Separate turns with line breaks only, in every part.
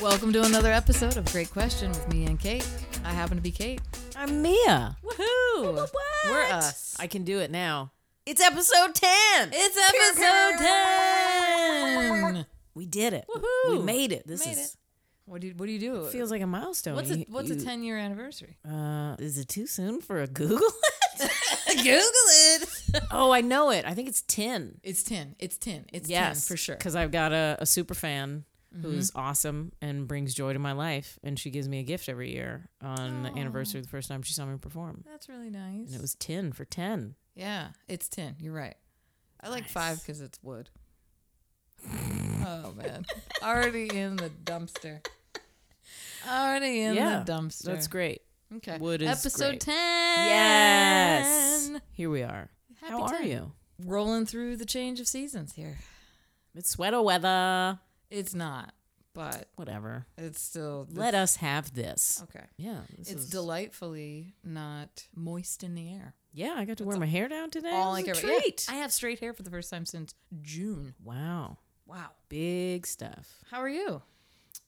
Welcome to another episode of Great Question with me and Kate. I happen to be Kate.
I'm Mia.
Woohoo!
What?
We're us.
I can do it now. It's episode 10.
It's episode 10.
we did it.
Woohoo.
We made it. This
Made
is
What do you, what do you do?
feels like a milestone.
what's a,
You-
what's a
you-
10 year anniversary?
Uh, is it too soon for a Google?
Google it.
oh, I know it. I think it's 10.
It's 10. It's 10. It's 10 for sure.
Because I've got a, a super fan who's awesome and brings joy to my life, and she gives me a gift every year on the anniversary of the first time she saw me perform.
That's really nice.
And it was 10 for 10.
yeah, it's 10. You're right. I like 5 because it's wood. oh, man. Already in the dumpster. Already in
Yeah,
the dumpster.
That's great.
Okay.
Wood is
Episode
great.
10.
Yes. Here we are.
Happy
How are
10.
you?
Rolling through the change of seasons here.
It's sweater weather.
It's not, but
Whatever.
it's still.
Let us have this.
Okay.
Yeah. This
It's
is-
delightfully not moist in the air.
yeah, I got to wear my hair down today.
All I
it
care
was
about.
a
Yeah,
treat.
I have straight hair for the first time since June.
Wow.
Wow.
Big stuff.
How are you?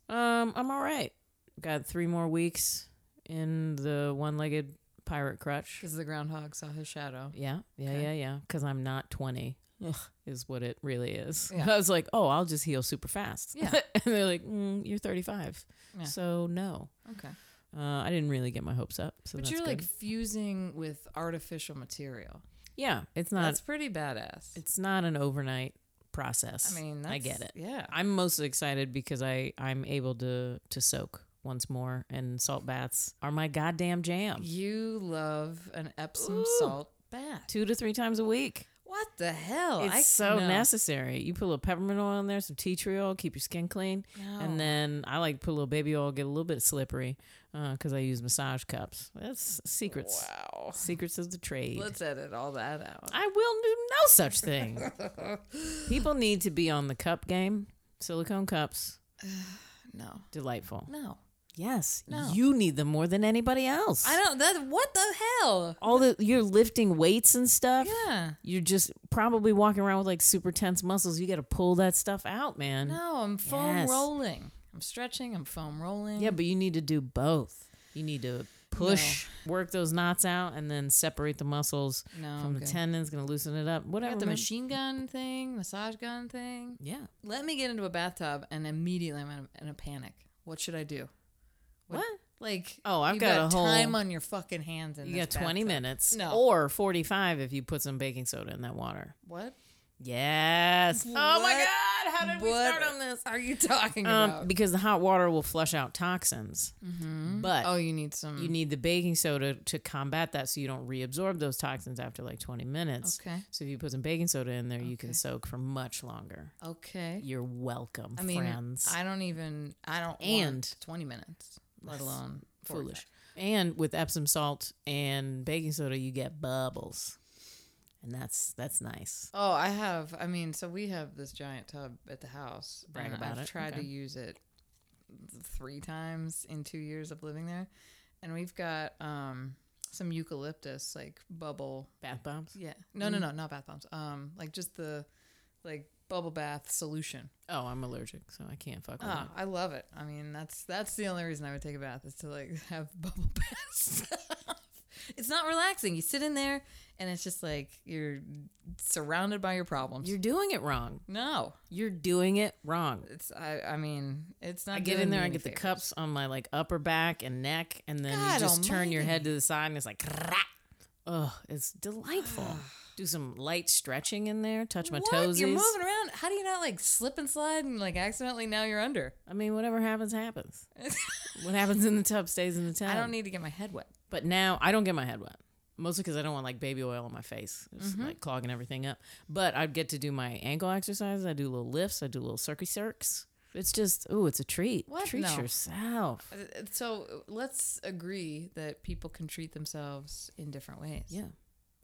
Um, I'm all right. Got three more weeks in the one legged pirate crutch.
Because the groundhog saw his shadow.
Yeah, yeah,
Okay.
yeah, yeah. Because I'm not 20, Ugh, is what it really is.
Yeah.
I was like, oh, I'll just heal super fast.
Yeah.
and they're like, mm, you're 35.
Yeah.
So, no.
Okay.
Uh, I didn't really get my hopes up. So
But
that's
you're like
good.
fusing with artificial material.
yeah, it's not
That's pretty badass.
it's not an overnight process.
I mean, that's,
I get it.
Yeah.
I'm mostly excited because I I'm able to to soak once more, and salt baths are my goddamn jam.
You love an Epsom
Ooh.
salt bath.
Two to three times a week.
What the hell?
It's
I-
so
no.
necessary. You put a little peppermint oil in there, some tea tree oil, keep your skin clean,
No.
and then I like to put a little baby oil, get a little bit slippery, because I use massage cups. That's secrets.
Wow.
Secrets of the trade.
Let's edit all that out.
I will do no such thing. People need to be on the cup game. Silicone cups,
No.
delightful.
No.
Yes,
No.
you need them more than anybody else.
I don't that what the hell?
All the you're lifting weights and stuff.
Yeah.
You're just probably walking around with like super tense muscles. You got to pull that stuff out, man.
No, I'm foam
Yes.
rolling. I'm stretching, I'm foam rolling.
Yeah, but you need to do both. You need to push, work those knots out, and then separate the muscles
No,
from
I'm
the
good.
tendons. Going to loosen it up.
I
Whatever.
got the
man.
machine gun thing, massage gun thing.
Yeah.
Let me get into a bathtub and immediately I'm in a, in a panic. What should I do?
What?
Like
Oh, I've
you've
got a whole-
time on your fucking hands in
You
this
got 20
bathtub.
minutes,
No.
or 45 if you put some baking soda in that water.
What?
Yes. Oh
What?
my God! How did we
What
start on this?
Are you talking
Um,
about?
because the hot water will flush out toxins, but
Oh, you need some
you need the baking soda to combat that, so you don't reabsorb those toxins after like 20 minutes.
Okay.
So if you put some baking soda in there, you
Okay.
can soak for much longer.
Okay.
You're welcome,
I mean,
friends.
I don't even. I don't.
And-
want twenty minutes, let alone
Foolish. And with Epsom salt and baking soda, you get bubbles, and that's that's nice.
45. Oh, I have. I mean, so we have this giant tub at the house.
Brag
and
about
I've
it.
Tried to
Okay.
use it three times in two years of living there, and we've got um some eucalyptus like bubble.
Bath bombs.
Yeah. No,
Mm-hmm.
no, no, not bath bombs. Um, like just the like bubble bath solution.
Oh, I'm allergic, so I can't fuck with
Oh,
that.
I love it. I mean, that's that's the only reason I would take a bath is to like have bubble baths. it's not relaxing. You sit in there and it's just like you're surrounded by your problems.
You're doing it wrong.
no,
You're doing it wrong.
it's I. I mean, it's not.
I get
doing
in
me
there, I
any
get the
favors.
cups on my like upper back and neck, and then
God
you just turn your
almighty.
head to the side, and it's like, oh, it's delightful. Do some light stretching in there. Touch my
What?
toesies.
You're moving around. How do you not like slip and slide and like accidentally now you're under?
I mean, whatever happens, happens. what happens in the tub stays in the tub.
I don't need to get my head wet.
But now I don't get my head wet. Mostly because I don't want like baby oil on my face, it's
Mm-hmm.
like clogging everything up. But I get to do my ankle exercises. I do little lifts. I do little circuit circs. It's just ooh, it's a treat.
What?
Treat
No.
yourself.
Uh, So let's agree that people can treat themselves in different ways.
Yeah,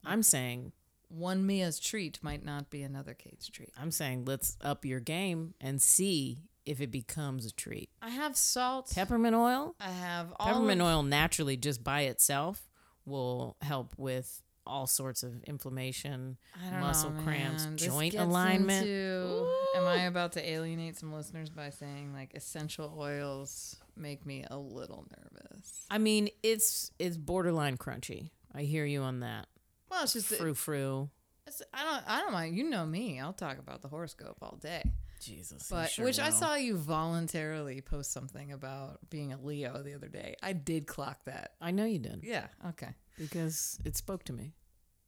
I'm saying,
One Mia's treat might not be another Kate's treat.
I'm saying, let's up your game and see if it becomes a treat.
I have salt.
Peppermint oil.
I have all
Peppermint
of-
oil naturally just by itself will help with all sorts of inflammation,
I don't
muscle
know,
cramps,
man. This
joint
gets
alignment.
into-
Ooh.
am I about to alienate some listeners by saying like essential oils make me a little nervous?
I mean, it's it's borderline crunchy. I hear you on that.
Well, it's just
Frou frou.
it's, I don't I don't mind. You know me. I'll talk about the horoscope all day.
Jesus. you
But
sure
which I
will.
saw you voluntarily post something about being a Leo the other day. I did clock that.
I know you did
Yeah. Okay.
because it spoke to me.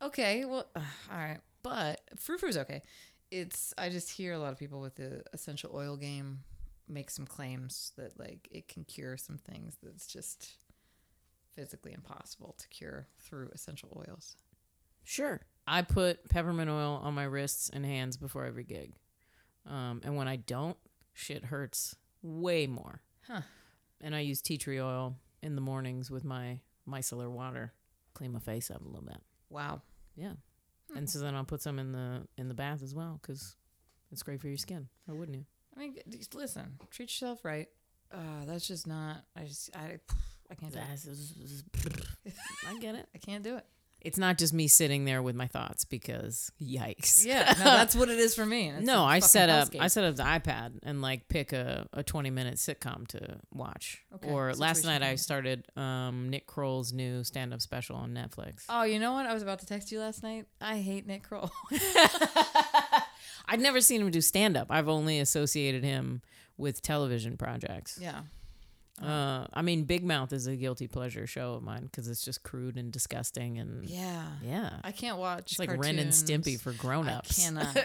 Okay, well, ugh, all right, but frou frou's okay. It's I just hear a lot of people with the essential oil game make some claims that like it can cure some things that's just physically impossible to cure through essential oils.
Sure. I put peppermint oil on my wrists and hands before every gig. Um, and when I don't, shit hurts way more.
Huh.
And I use tea tree oil in the mornings with my micellar water, clean my face up a little bit.
Wow.
Yeah. And so then I'll put some in the in the bath as well because it's great for your skin. Or wouldn't you?
I mean, just listen, treat yourself right. Uh, that's just not. I just I I can't do it.
I get it.
I can't do it.
It's not just me sitting there with my thoughts because yikes.
Yeah, no, that's what it is for me. and it's
no,
a
I
fucking
set up I
hellscape.
set up the iPad and like pick a, a twenty minute sitcom to watch.
Okay,
Or last
situation
night I
planning.
started um, Nick Kroll's new stand up special on Netflix.
Oh, you know what? I was about to text you last night. I hate Nick Kroll.
I'd never seen him do stand up. I've only associated him with television projects.
yeah.
Uh, I mean, Big Mouth is a guilty pleasure show of mine because it's just crude and disgusting and yeah,
Yeah. I can't watch.
it's like Ren and Stimpy
cartoons.
for grown
I
ups.
cannot.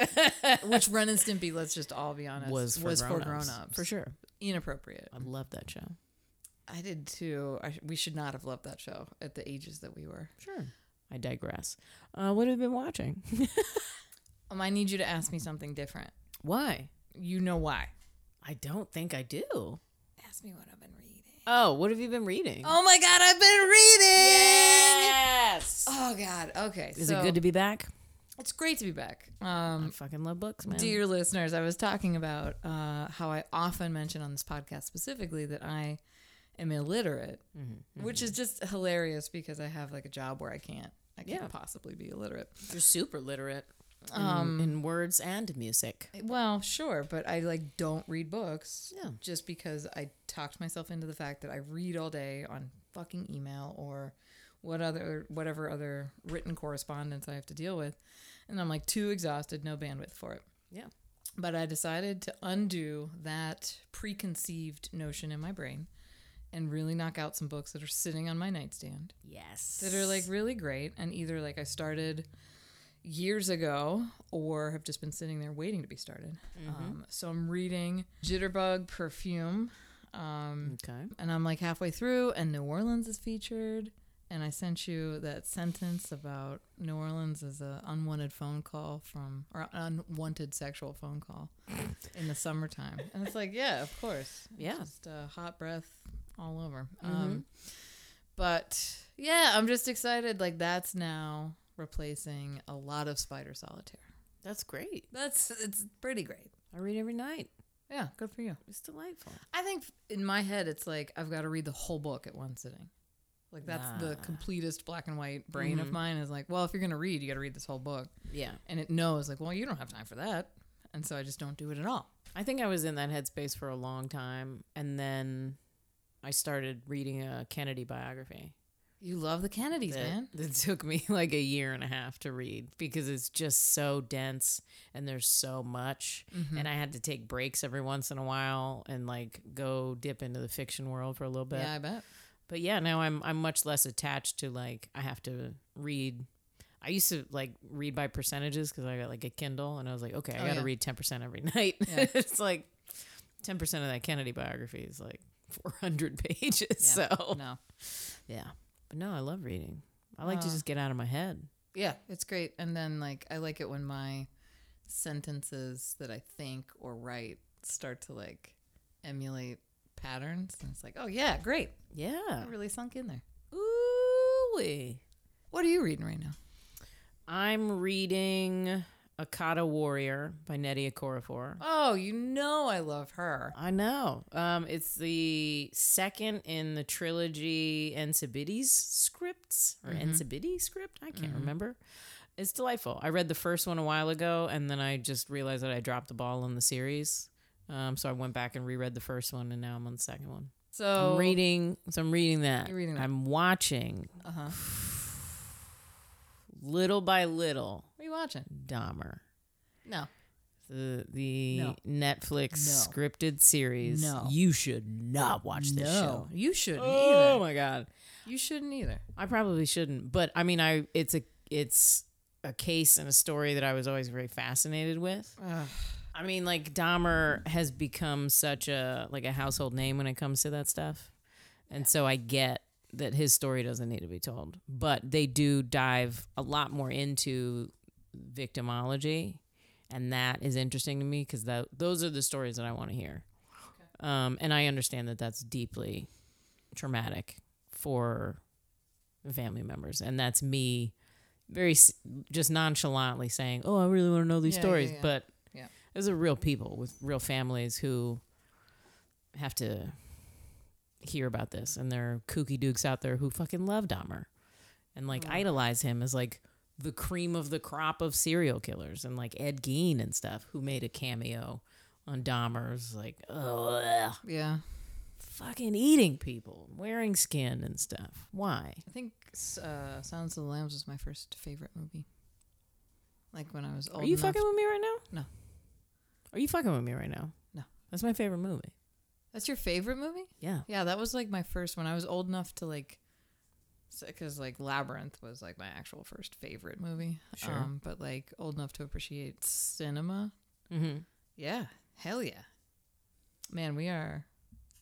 Which Ren and Stimpy, let's just all be honest,
was for grown-ups. Mm-hmm.
grown-ups.
for sure.
Inappropriate.
I love that show.
I did too. I, we should not have loved that show at the ages that we were.
Sure. I digress. Uh, what have you been watching?
Um, I need you to ask me something different.
Why?
You know why?
I don't think I do.
Ask me what I've been reading.
Oh, what have you been reading?
Oh my god, I've been reading.
yes.
Oh god. Okay.
Is
so
it good to be back?
It's great to be back.
I
Um,
fucking love books, man.
Dear listeners, I was talking about uh, how I often mention on this podcast specifically that I am illiterate,
Mm-hmm.
which is just hilarious because I have like a job where I can't, I can't
Yeah.
possibly be illiterate.
You're super literate. Um, in words and music.
Well, sure, but I like don't read books
Yeah.
just because I talked myself into the fact that I read all day on fucking email or what other whatever other written correspondence I have to deal with, and I'm like too exhausted, no bandwidth for it.
Yeah.
But I decided to undo that preconceived notion in my brain and really knock out some books that are sitting on my nightstand
Yes.
that are like really great and either like I started years ago or have just been sitting there waiting to be started. Um, so I'm reading Jitterbug Perfume um,
Okay.
and I'm like halfway through and New Orleans is featured. And I sent you that sentence about New Orleans as a unwanted phone call from or unwanted sexual phone call in the summertime, and it's like, yeah, of course, It's
Yeah.
just uh, hot breath all over. Um, but yeah, I'm just excited. Like that's now replacing a lot of Spider Solitaire.
That's great.
That's it's pretty great.
I read every night.
Yeah, good for you.
It's delightful.
I think in my head it's like I've got to read the whole book at one sitting. Like that's the
Nah.
completest black and white brain of mine is like, well, if you're gonna read, you got to read this whole book,
Yeah.
and it knows like, well, you don't have time for that, and so I just don't do it at all.
I think I was in that headspace for a long time. And then I started reading a Kennedy biography.
You love the Kennedys,
that,
man.
that took me like a year and a half to read because it's just so dense and there's so much.
Mm-hmm.
And I had to take breaks every once in a while and like go dip into the fiction world for a little bit.
yeah, I bet.
But yeah, now I'm I'm much less attached to like I have to read. I used to like read by percentages because I got like a Kindle and I was like, okay, I
Oh,
got to
yeah.
read ten percent every night.
Yeah.
it's like ten percent of that Kennedy biography is like four hundred pages.
Yeah.
So
No,
yeah. But no, I love reading. I like to
Uh,
just get out of my head.
yeah, it's great. And then like I like it when my sentences that I think or write start to like emulate patterns, and it's like, oh yeah, great, I
Yeah.
really sunk in there.
Ooh.
What are you reading right now?
I'm reading Akata Warrior by Nettie Okorafor.
Oh, you know I love her.
I know. Um, it's the second in the trilogy Encebides scripts or
Mhm.
Encebides script. I can't
Mhm.
remember. It's delightful. I read the first one a while ago, and then I just realized that I dropped the ball on the series. Um, so I went back and reread the first one, and now I'm on the second one.
So
I'm reading. So I'm reading that.
You're reading that.
I'm watching
Uh-huh.
little by little
What are you watching?
Dahmer.
No.
the the
No.
Netflix
No.
scripted series.
No.
You should not watch this show.
You shouldn't
Oh
either.
my god.
You shouldn't either.
I probably shouldn't, but I mean I it's a it's a case and a story that I was always very fascinated with.
Ugh.
I mean like Dahmer has become such a like a household name when it comes to that stuff. And so I get that his story doesn't need to be told, but they do dive a lot more into victimology and that is interesting to me because that those are the stories that I want to hear. Um, and I understand that that's deeply traumatic for family members, and that's me very s- just nonchalantly saying, "Oh, I really want to know these
Yeah, yeah,
stories,"
yeah.
but
Yeah.
those are real people with real families who have to hear about this, and there are kooky dukes out there who fucking love Dahmer and like
Mm-hmm.
idolize him as like the cream of the crop of serial killers and like Ed Gein and stuff who made a cameo on Dahmer's like ugh,
Yeah.
fucking eating people, wearing skin and stuff. Why?
I think uh, Silence of the Lambs was my first favorite movie. Like when I was old.
Are you
enough-
fucking with me right now?
No.
Are you fucking with me right now?
No.
That's my favorite movie.
That's your favorite movie?
Yeah.
Yeah, that was like my first when I was old enough to like because like Labyrinth was like my actual first favorite movie.
Sure.
Um, but like old enough to appreciate cinema.
Mm-hmm.
Yeah. Hell yeah. Man, we are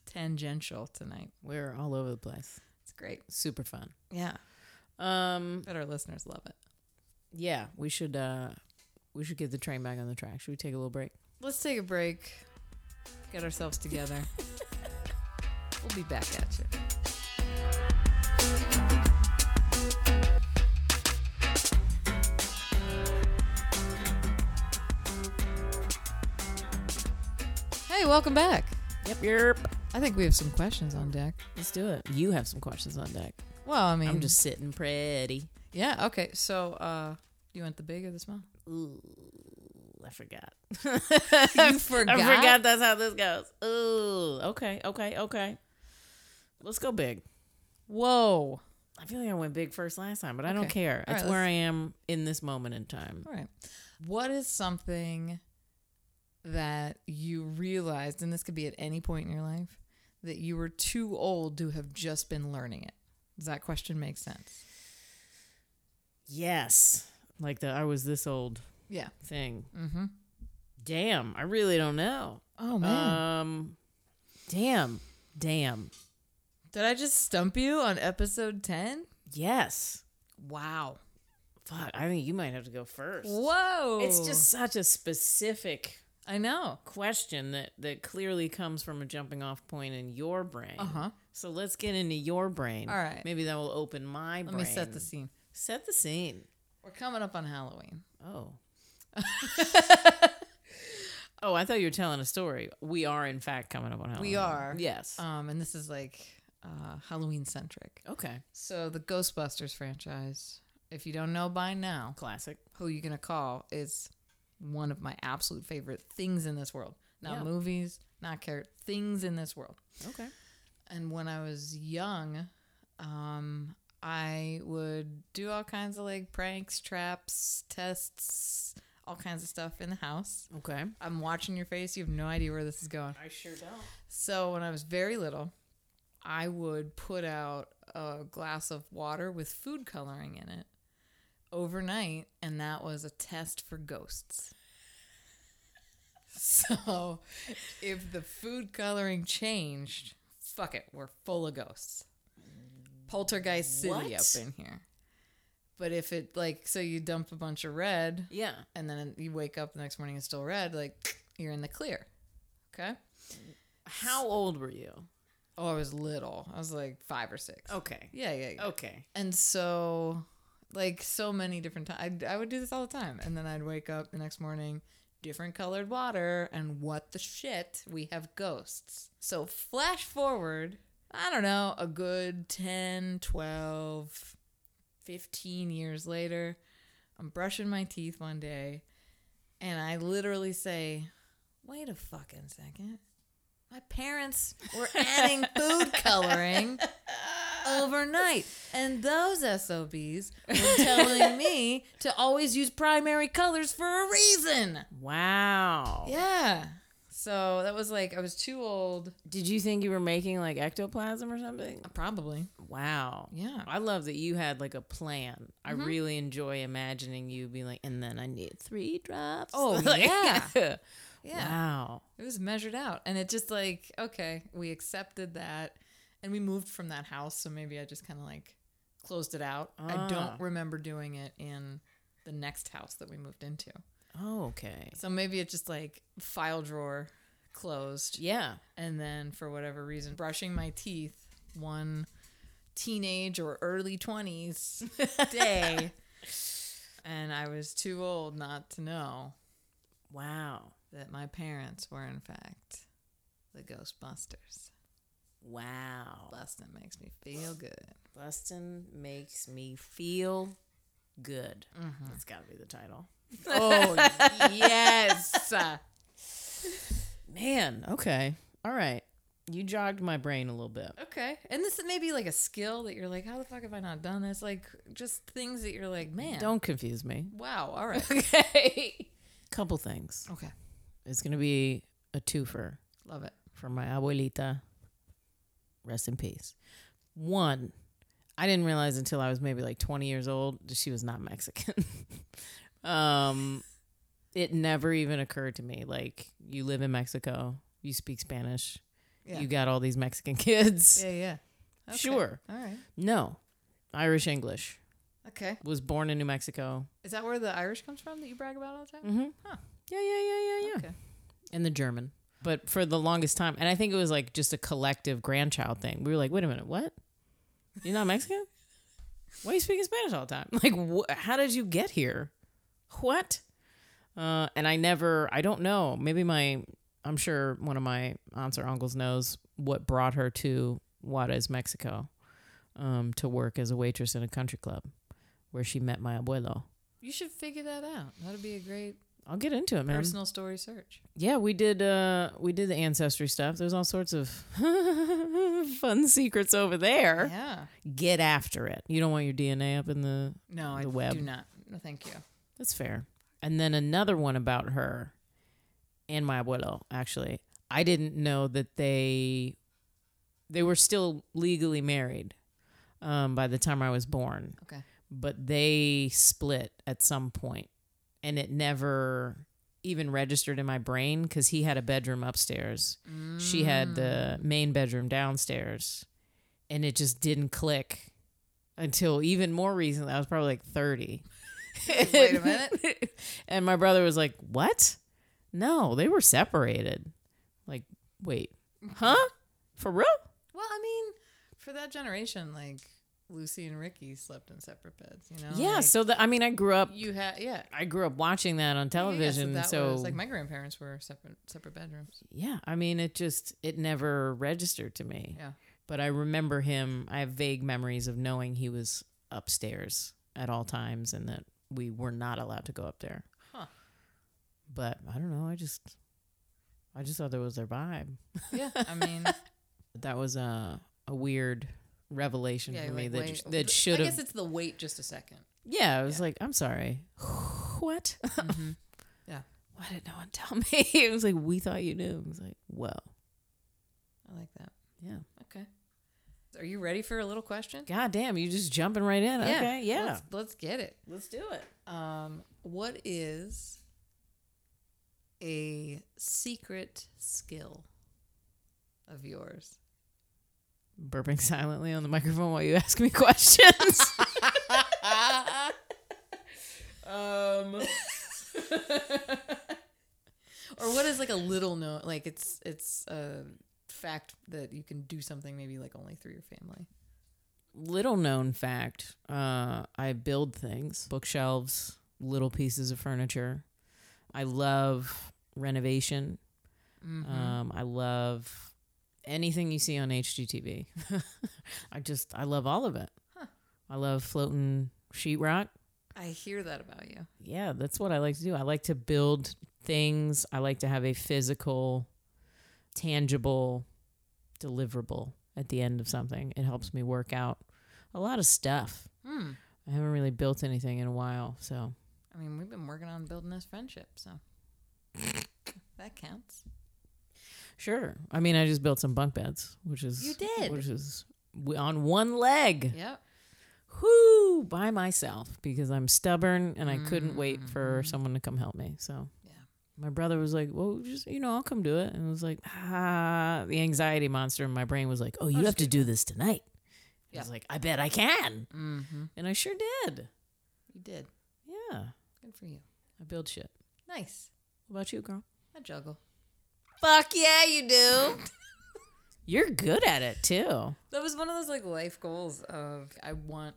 tangential tonight.
We're all over the place.
It's great.
Super fun.
Yeah.
Um.
But our listeners love it.
Yeah. We should. Uh. We should get the train back on the track. Should we take a little break?
Let's take a break. Get ourselves together. we'll be back at you. Hey, welcome back.
Yep. Yep.
I think we have some questions on deck.
Let's do it. You have some questions on deck.
Well, I mean,
I'm just sitting pretty.
yeah, okay. So, uh, you want the big or the small?
Ooh, I forgot.
You forgot?
I forgot that's how this goes. Ooh, okay, okay, okay. Let's go big.
Whoa.
I feel like I went big first last time, but I don't
Okay.
care.
All
it's
right,
where I
let's-
am in this moment in time.
All right. What is something that you realized, and this could be at any point in your life, that you were too old to have just been learning it? Does that question make sense?
Yes. Like the I was this old
Yeah.
thing.
Mm-hmm.
Damn, I really don't know.
Oh man,
Um damn. Damn.
did I just stump you on episode ten?
Yes.
Wow.
Fuck, I think you might have to go first.
Whoa.
It's just such a specific
I know.
question that that clearly comes from a jumping off point in your brain.
Uh huh.
So let's get into your brain.
All right.
Maybe that will open my
Let
brain.
me set the scene.
Set the scene.
We're coming up on Halloween.
Oh. oh, I thought you were telling a story. We are in fact coming up on Halloween.
We are.
Yes.
Um, and this is like uh, Halloween centric.
okay.
So the Ghostbusters franchise. If you don't know by now,
Classic.
who you gonna call is one of my absolute favorite things in this world. Not
Yeah.
movies, not character things in this world.
Okay.
And when I was young, um, I would do all kinds of like pranks, traps, tests, all kinds of stuff in the house.
Okay.
I'm watching your face. You have no idea where this is going.
I sure don't.
So when I was very little, I would put out a glass of water with food coloring in it overnight, and that was a test for ghosts. So if the food coloring changed, fuck it, we're full of ghosts. Poltergeist City
What?
up in here. But if it like so you dump a bunch of red
Yeah.
and then you wake up the next morning and it's still red, like you're in the clear. Okay?
How old were you?
Oh, I was little. I was like five or six.
Okay.
Yeah, yeah, yeah.
Okay.
And so, Like so many different times. I would do this all the time. And then I'd wake up the next morning, different colored water, and what the shit? We have ghosts. So flash forward, I don't know, a good 10, 12, 15 years later, I'm brushing my teeth one day, and I literally say, wait a fucking second. My parents were adding food coloring overnight. And those SOBs were telling me to always use primary colors for a reason.
Wow.
Yeah. So that was like, I was too old.
Did you think you were making like ectoplasm or something?
Uh, Probably.
Wow.
Yeah.
I love that you had like a plan.
Mm-hmm.
I really enjoy imagining you being like, and then I need three drops.
Oh,
Like-
yeah. Yeah.
Wow.
It was measured out. And it just like, okay, we accepted that. And we moved from that house. So maybe I just kind of like closed it out. I
Ah.
don't remember doing it in the next house that we moved into.
Oh, okay.
So maybe it just like file drawer closed.
Yeah.
And then for whatever reason, brushing my teeth one teenage or early 20s day. and I was too old not to know
Wow.
that my parents were, in fact, the Ghostbusters.
Wow.
Bustin' makes me feel good.
Bustin makes me feel good. That's got to be the title.
Mm-hmm. Oh, yes.
Man. Okay. All right. You jogged my brain a little bit.
Okay. And this may be like a skill that you're like, how the fuck have I not done this? Like, just things that you're like, man.
Don't confuse me.
Wow. All right.
Okay. Couple things.
okay.
It's going to be a twofer
Love it.
from my abuelita. Rest in peace. One, I didn't realize until I was maybe like 20 years old that she was not Mexican. um, it never even occurred to me. Like, you live in Mexico, you speak Spanish,
Yeah.
you got all these Mexican kids.
Yeah, yeah. Okay.
Sure.
All right.
No, Irish English.
Okay.
Was born in New Mexico.
Is that where the Irish comes from that you brag about all the time?
Mm-hmm.
Huh.
Yeah, yeah, yeah, yeah, yeah.
Okay.
and the German. But for the longest time, and I think it was like just a collective grandchild thing. We were like, wait a minute, what? You're not Mexican? Why are you speaking Spanish all the time? Like, wh- how did you get here? What? Uh, and I never, I don't know. Maybe my, I'm sure one of my aunts or uncles knows what brought her to Juarez, Mexico, um, to work as a waitress in a country club where she met my abuelo.
You should figure that out. That'd be a great
I'll get into it, man.
personal story search.
Yeah, we did. Uh, we did the ancestry stuff. There's all sorts of fun secrets over there.
Yeah.
Get after it. You don't want your DNA up in the.
No, I
The web.
do not. No, thank you.
That's fair. And then another one about her, and my abuelo. Actually, I didn't know that they, they were still legally married, um, by the time I was born.
Okay.
but they split at some point and it never even registered in my brain because he had a bedroom upstairs she had
Mm.
the main bedroom downstairs and it just didn't click until even more recently i was probably like 30
Wait a minute.
and my brother was like what no they were separated like wait huh for real
Well, I mean, for that generation, like Lucy and Ricky slept in separate beds, you know?
yeah
Like,
so the, i mean i grew up
you had, yeah.
i grew up watching that on television
Yeah,
so
was, like my grandparents were separate separate bedrooms.
yeah i mean it just it never registered to me
Yeah.
but i remember him i have vague memories of knowing he was upstairs at all times and that we were not allowed to go up there
Huh.
but i don't know i just i just thought that was their vibe
Yeah. I mean,
that was a, a weird revelation
yeah,
for me
like,
that
wait-
that should
I guess
have
it's the wait just a second.
yeah Mm-hmm. i was
yeah.
like i'm sorry what
Mhm. Yeah.
why did no one tell me it was like we thought you knew it was like well
I like that.
yeah
Okay. Are you ready for a little question?
god damn you just jumping right in okay yeah
Let's, let's get it.
Let's do it.
Um, what is a secret skill of yours?
Burping silently on the microphone while you ask me questions.
um, or what is like a little known? Like it's it's a fact that you can do something maybe like only through your family.
little known fact uh, I build things, bookshelves, little pieces of furniture. I love renovation.
Mhm.
Um, I love anything you see on HGTV. I just, I love all of it.
Huh.
I love floating sheetrock.
I hear that about you.
Yeah, that's what I like to do. I like to build things, I like to have a physical, tangible deliverable at the end of something. It helps me work out a lot of stuff.
Hmm.
I haven't really built anything in a while, so
I mean, we've been working on building this friendship, so that counts.
sure. I mean, I just built some bunk beds, which is
You did.
which is w- on one leg.
Yep.
whoo, by myself because I'm stubborn and I couldn't wait for someone to come help me. So
Yeah.
my brother was like, "Well, just you know, I'll come do it," and I was like, "Ah." The anxiety monster in my brain was like, "Oh, you
just
have to do this tonight." I
Yeah.
was like, "I bet I can,"
Mm-hmm.
and I sure did.
You did.
Yeah,
Good for you.
I build shit.
Nice.
What about you, girl?
I juggle.
Fuck yeah, you do. You're good at it too.
That was one of those like life goals of I want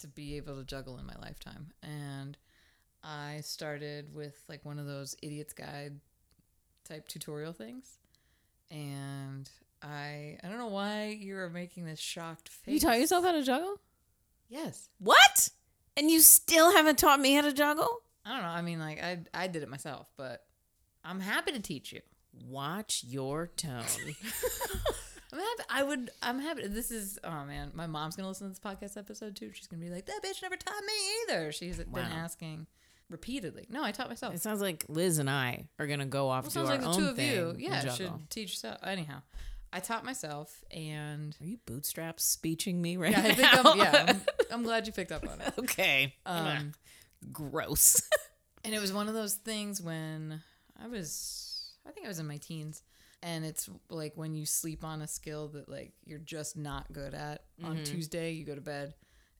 to be able to juggle in my lifetime. And I started with like one of those idiot's guide type tutorial things. And I I don't know why you are making this shocked face.
You taught yourself how to juggle?
Yes.
What? And you still haven't taught me how to juggle?
I don't know. I mean like I I did it myself, but I'm happy to teach you.
Watch your tone.
I'm happy. I would. I'm happy. This is. Oh man, my mom's gonna listen to this podcast episode too. She's gonna be like, "That bitch never taught me either." She's been
Wow.
asking repeatedly. No, I taught myself.
It sounds like Liz and I are gonna go off
Well,
to
sounds
our
like the
own
two of
thing.
you,
and
yeah,
juggle.
should teach yourself. Anyhow, I taught myself, and
Are you bootstrap speeching me right
yeah, I think
now?
I'm, yeah, I'm, I'm glad you picked up on it.
okay.
Um,
Gross.
And it was one of those things when I was, I think I was in my teens. And it's like when you sleep on a skill that like you're just not good at on Tuesday, you go to bed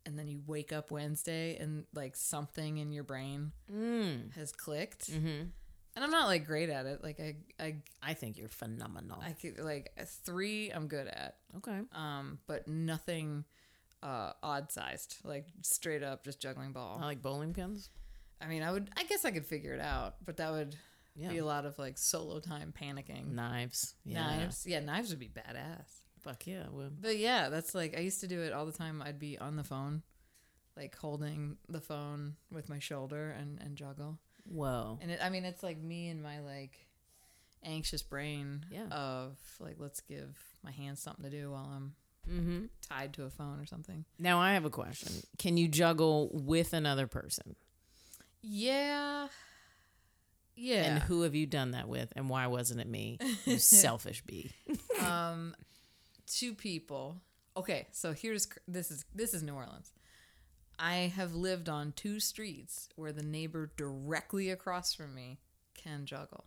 and then you wake up Wednesday and like something in your brain
mm.
has clicked.
hmm
And I'm not like great at it. Like I, I,
I think you're phenomenal.
I could like a three I'm good at,
okay.
um, but nothing uh, odd sized, like straight up just juggling ball.
I like bowling pins.
I mean, I would, I guess I could figure it out, but that would
Yeah.
be a lot of like solo time panicking.
Knives. Yeah.
Knives. Yeah, knives would be badass.
Fuck yeah. Well,
But yeah, that's like I used to do it all the time. I'd be on the phone, like holding the phone with my shoulder and, and juggle.
whoa.
And it, I mean, it's like me and my like anxious brain
Yeah.
of like, let's give my hands something to do while I'm
Mm-hmm.
tied to a phone or something.
Now I have a question. Can you juggle with another person?
Yeah. Yeah.
And who have you done that with? And why wasn't it me? You selfish bee.
um, two people. Okay, so here's cr- this is this is New Orleans. I have lived on two streets where the neighbor directly across from me can juggle.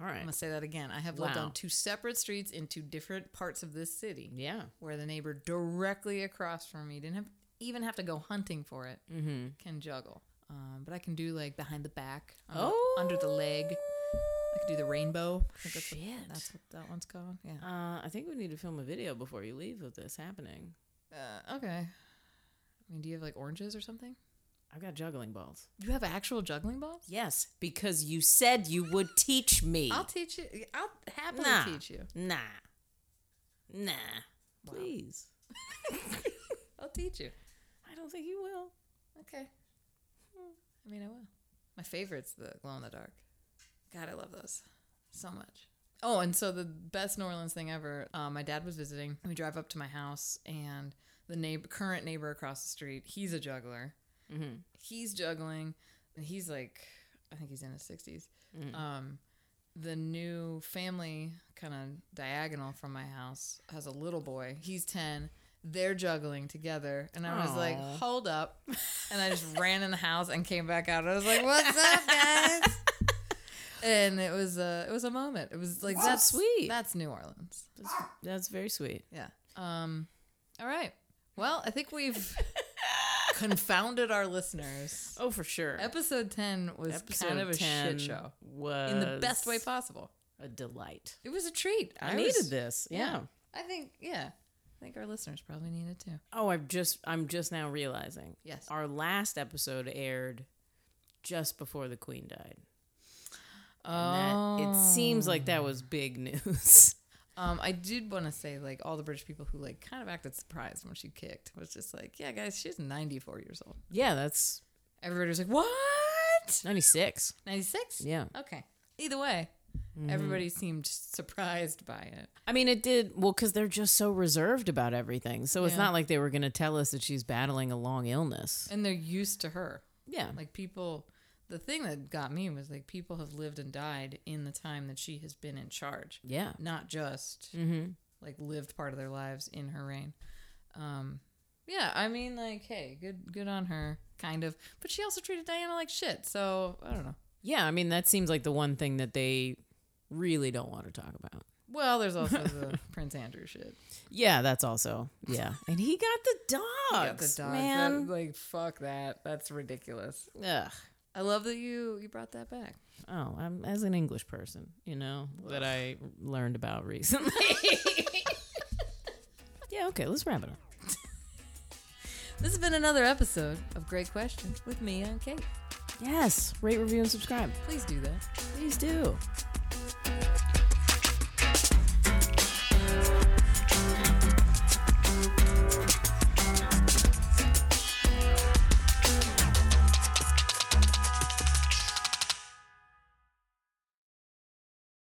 All
I'm
right.
gonna say that again. I have lived
Wow.
on two separate streets in two different parts of this city
Yeah.
where the neighbor directly across from me didn't have, even have to go hunting for it
Mm-hmm.
can juggle. Um, but I can do like behind the back, under, under the leg. I can do the rainbow. I think that's, what,
Oh, Shit.
that's what that one's called. Yeah.
Uh, I think we need to film a video before you leave of this happening.
Uh, okay. I mean, do you have like oranges or something?
I've got juggling balls.
You have actual juggling balls?
Yes, because you said you would teach me.
I'll teach you. I'll happily
Nah.
teach you.
nah. Nah. Please.
I'll teach you.
I don't think you will.
Okay. Hmm. I mean, I will. My favorite's the glow in the dark. God, I love those so much. Oh, and so the best New Orleans thing ever. Uh, my dad was visiting. We drive up to my house, and the neighbor, current neighbor across the street, he's a juggler.
Mm-hmm.
he's juggling and he's like i think he's in his 60s
Mhm.
um the new family kind of diagonal from my house has a little boy he's 10 they're juggling together and i was like
Aw.
hold up and i just ran in the house and came back out i was like what's up guys and it was a it was a moment it was like
Wow.
that's
Sweet.
that's new orleans
That's, that's very sweet.
yeah um all right well i think we've confounded our listeners
Oh, for sure.
Episode 10 was
Episode
kind of a
10
shit show
Was
in the best way possible.
A delight.
It was a treat. was-
I, needed this. Yeah.
I think, yeah. I think our listeners probably need it too.
Oh, I've just I'm just now realizing.
Yes.
Our last episode aired just before the Queen died.
Oh,
And that, it seems like that was big news.
Um, I did want to say, like, all the British people who like kind of acted surprised when she kicked was just like, yeah, guys, she's 94 years old.
yeah, that's
Everybody was like, what?
96.
96?
Yeah.
Okay. Either way,
Mm-hmm.
everybody seemed surprised by it.
I mean, it did well because they're just so reserved about everything. So it's
Yeah.
not like they were going to tell us that she's battling a long illness.
And they're used to her.
Yeah.
Like, people, the thing that got me was like, people have lived and died in the time that she has been in charge,
yeah.
not just
Mm-hmm.
like lived part of their lives in her reign. Um, yeah, I mean, like, hey, good, good on her, kind of. But she also treated Diana like shit, so I don't know.
Yeah. I mean, that seems like the one thing that they really don't want to talk about.
Well, there's also the Prince Andrew shit.
Yeah, that's also. Yeah. and he got the dogs.
Yeah, the dogs, that-
Man.
like, fuck that. That's ridiculous.
Ugh.
I love that you you brought that back.
Oh, I'm as an English person, you know, that I learned about recently. yeah, okay, let's wrap it up.
This has been another episode of Great Questions with me and Kate.
Yes, rate, review, and subscribe.
Please do that.
Please do.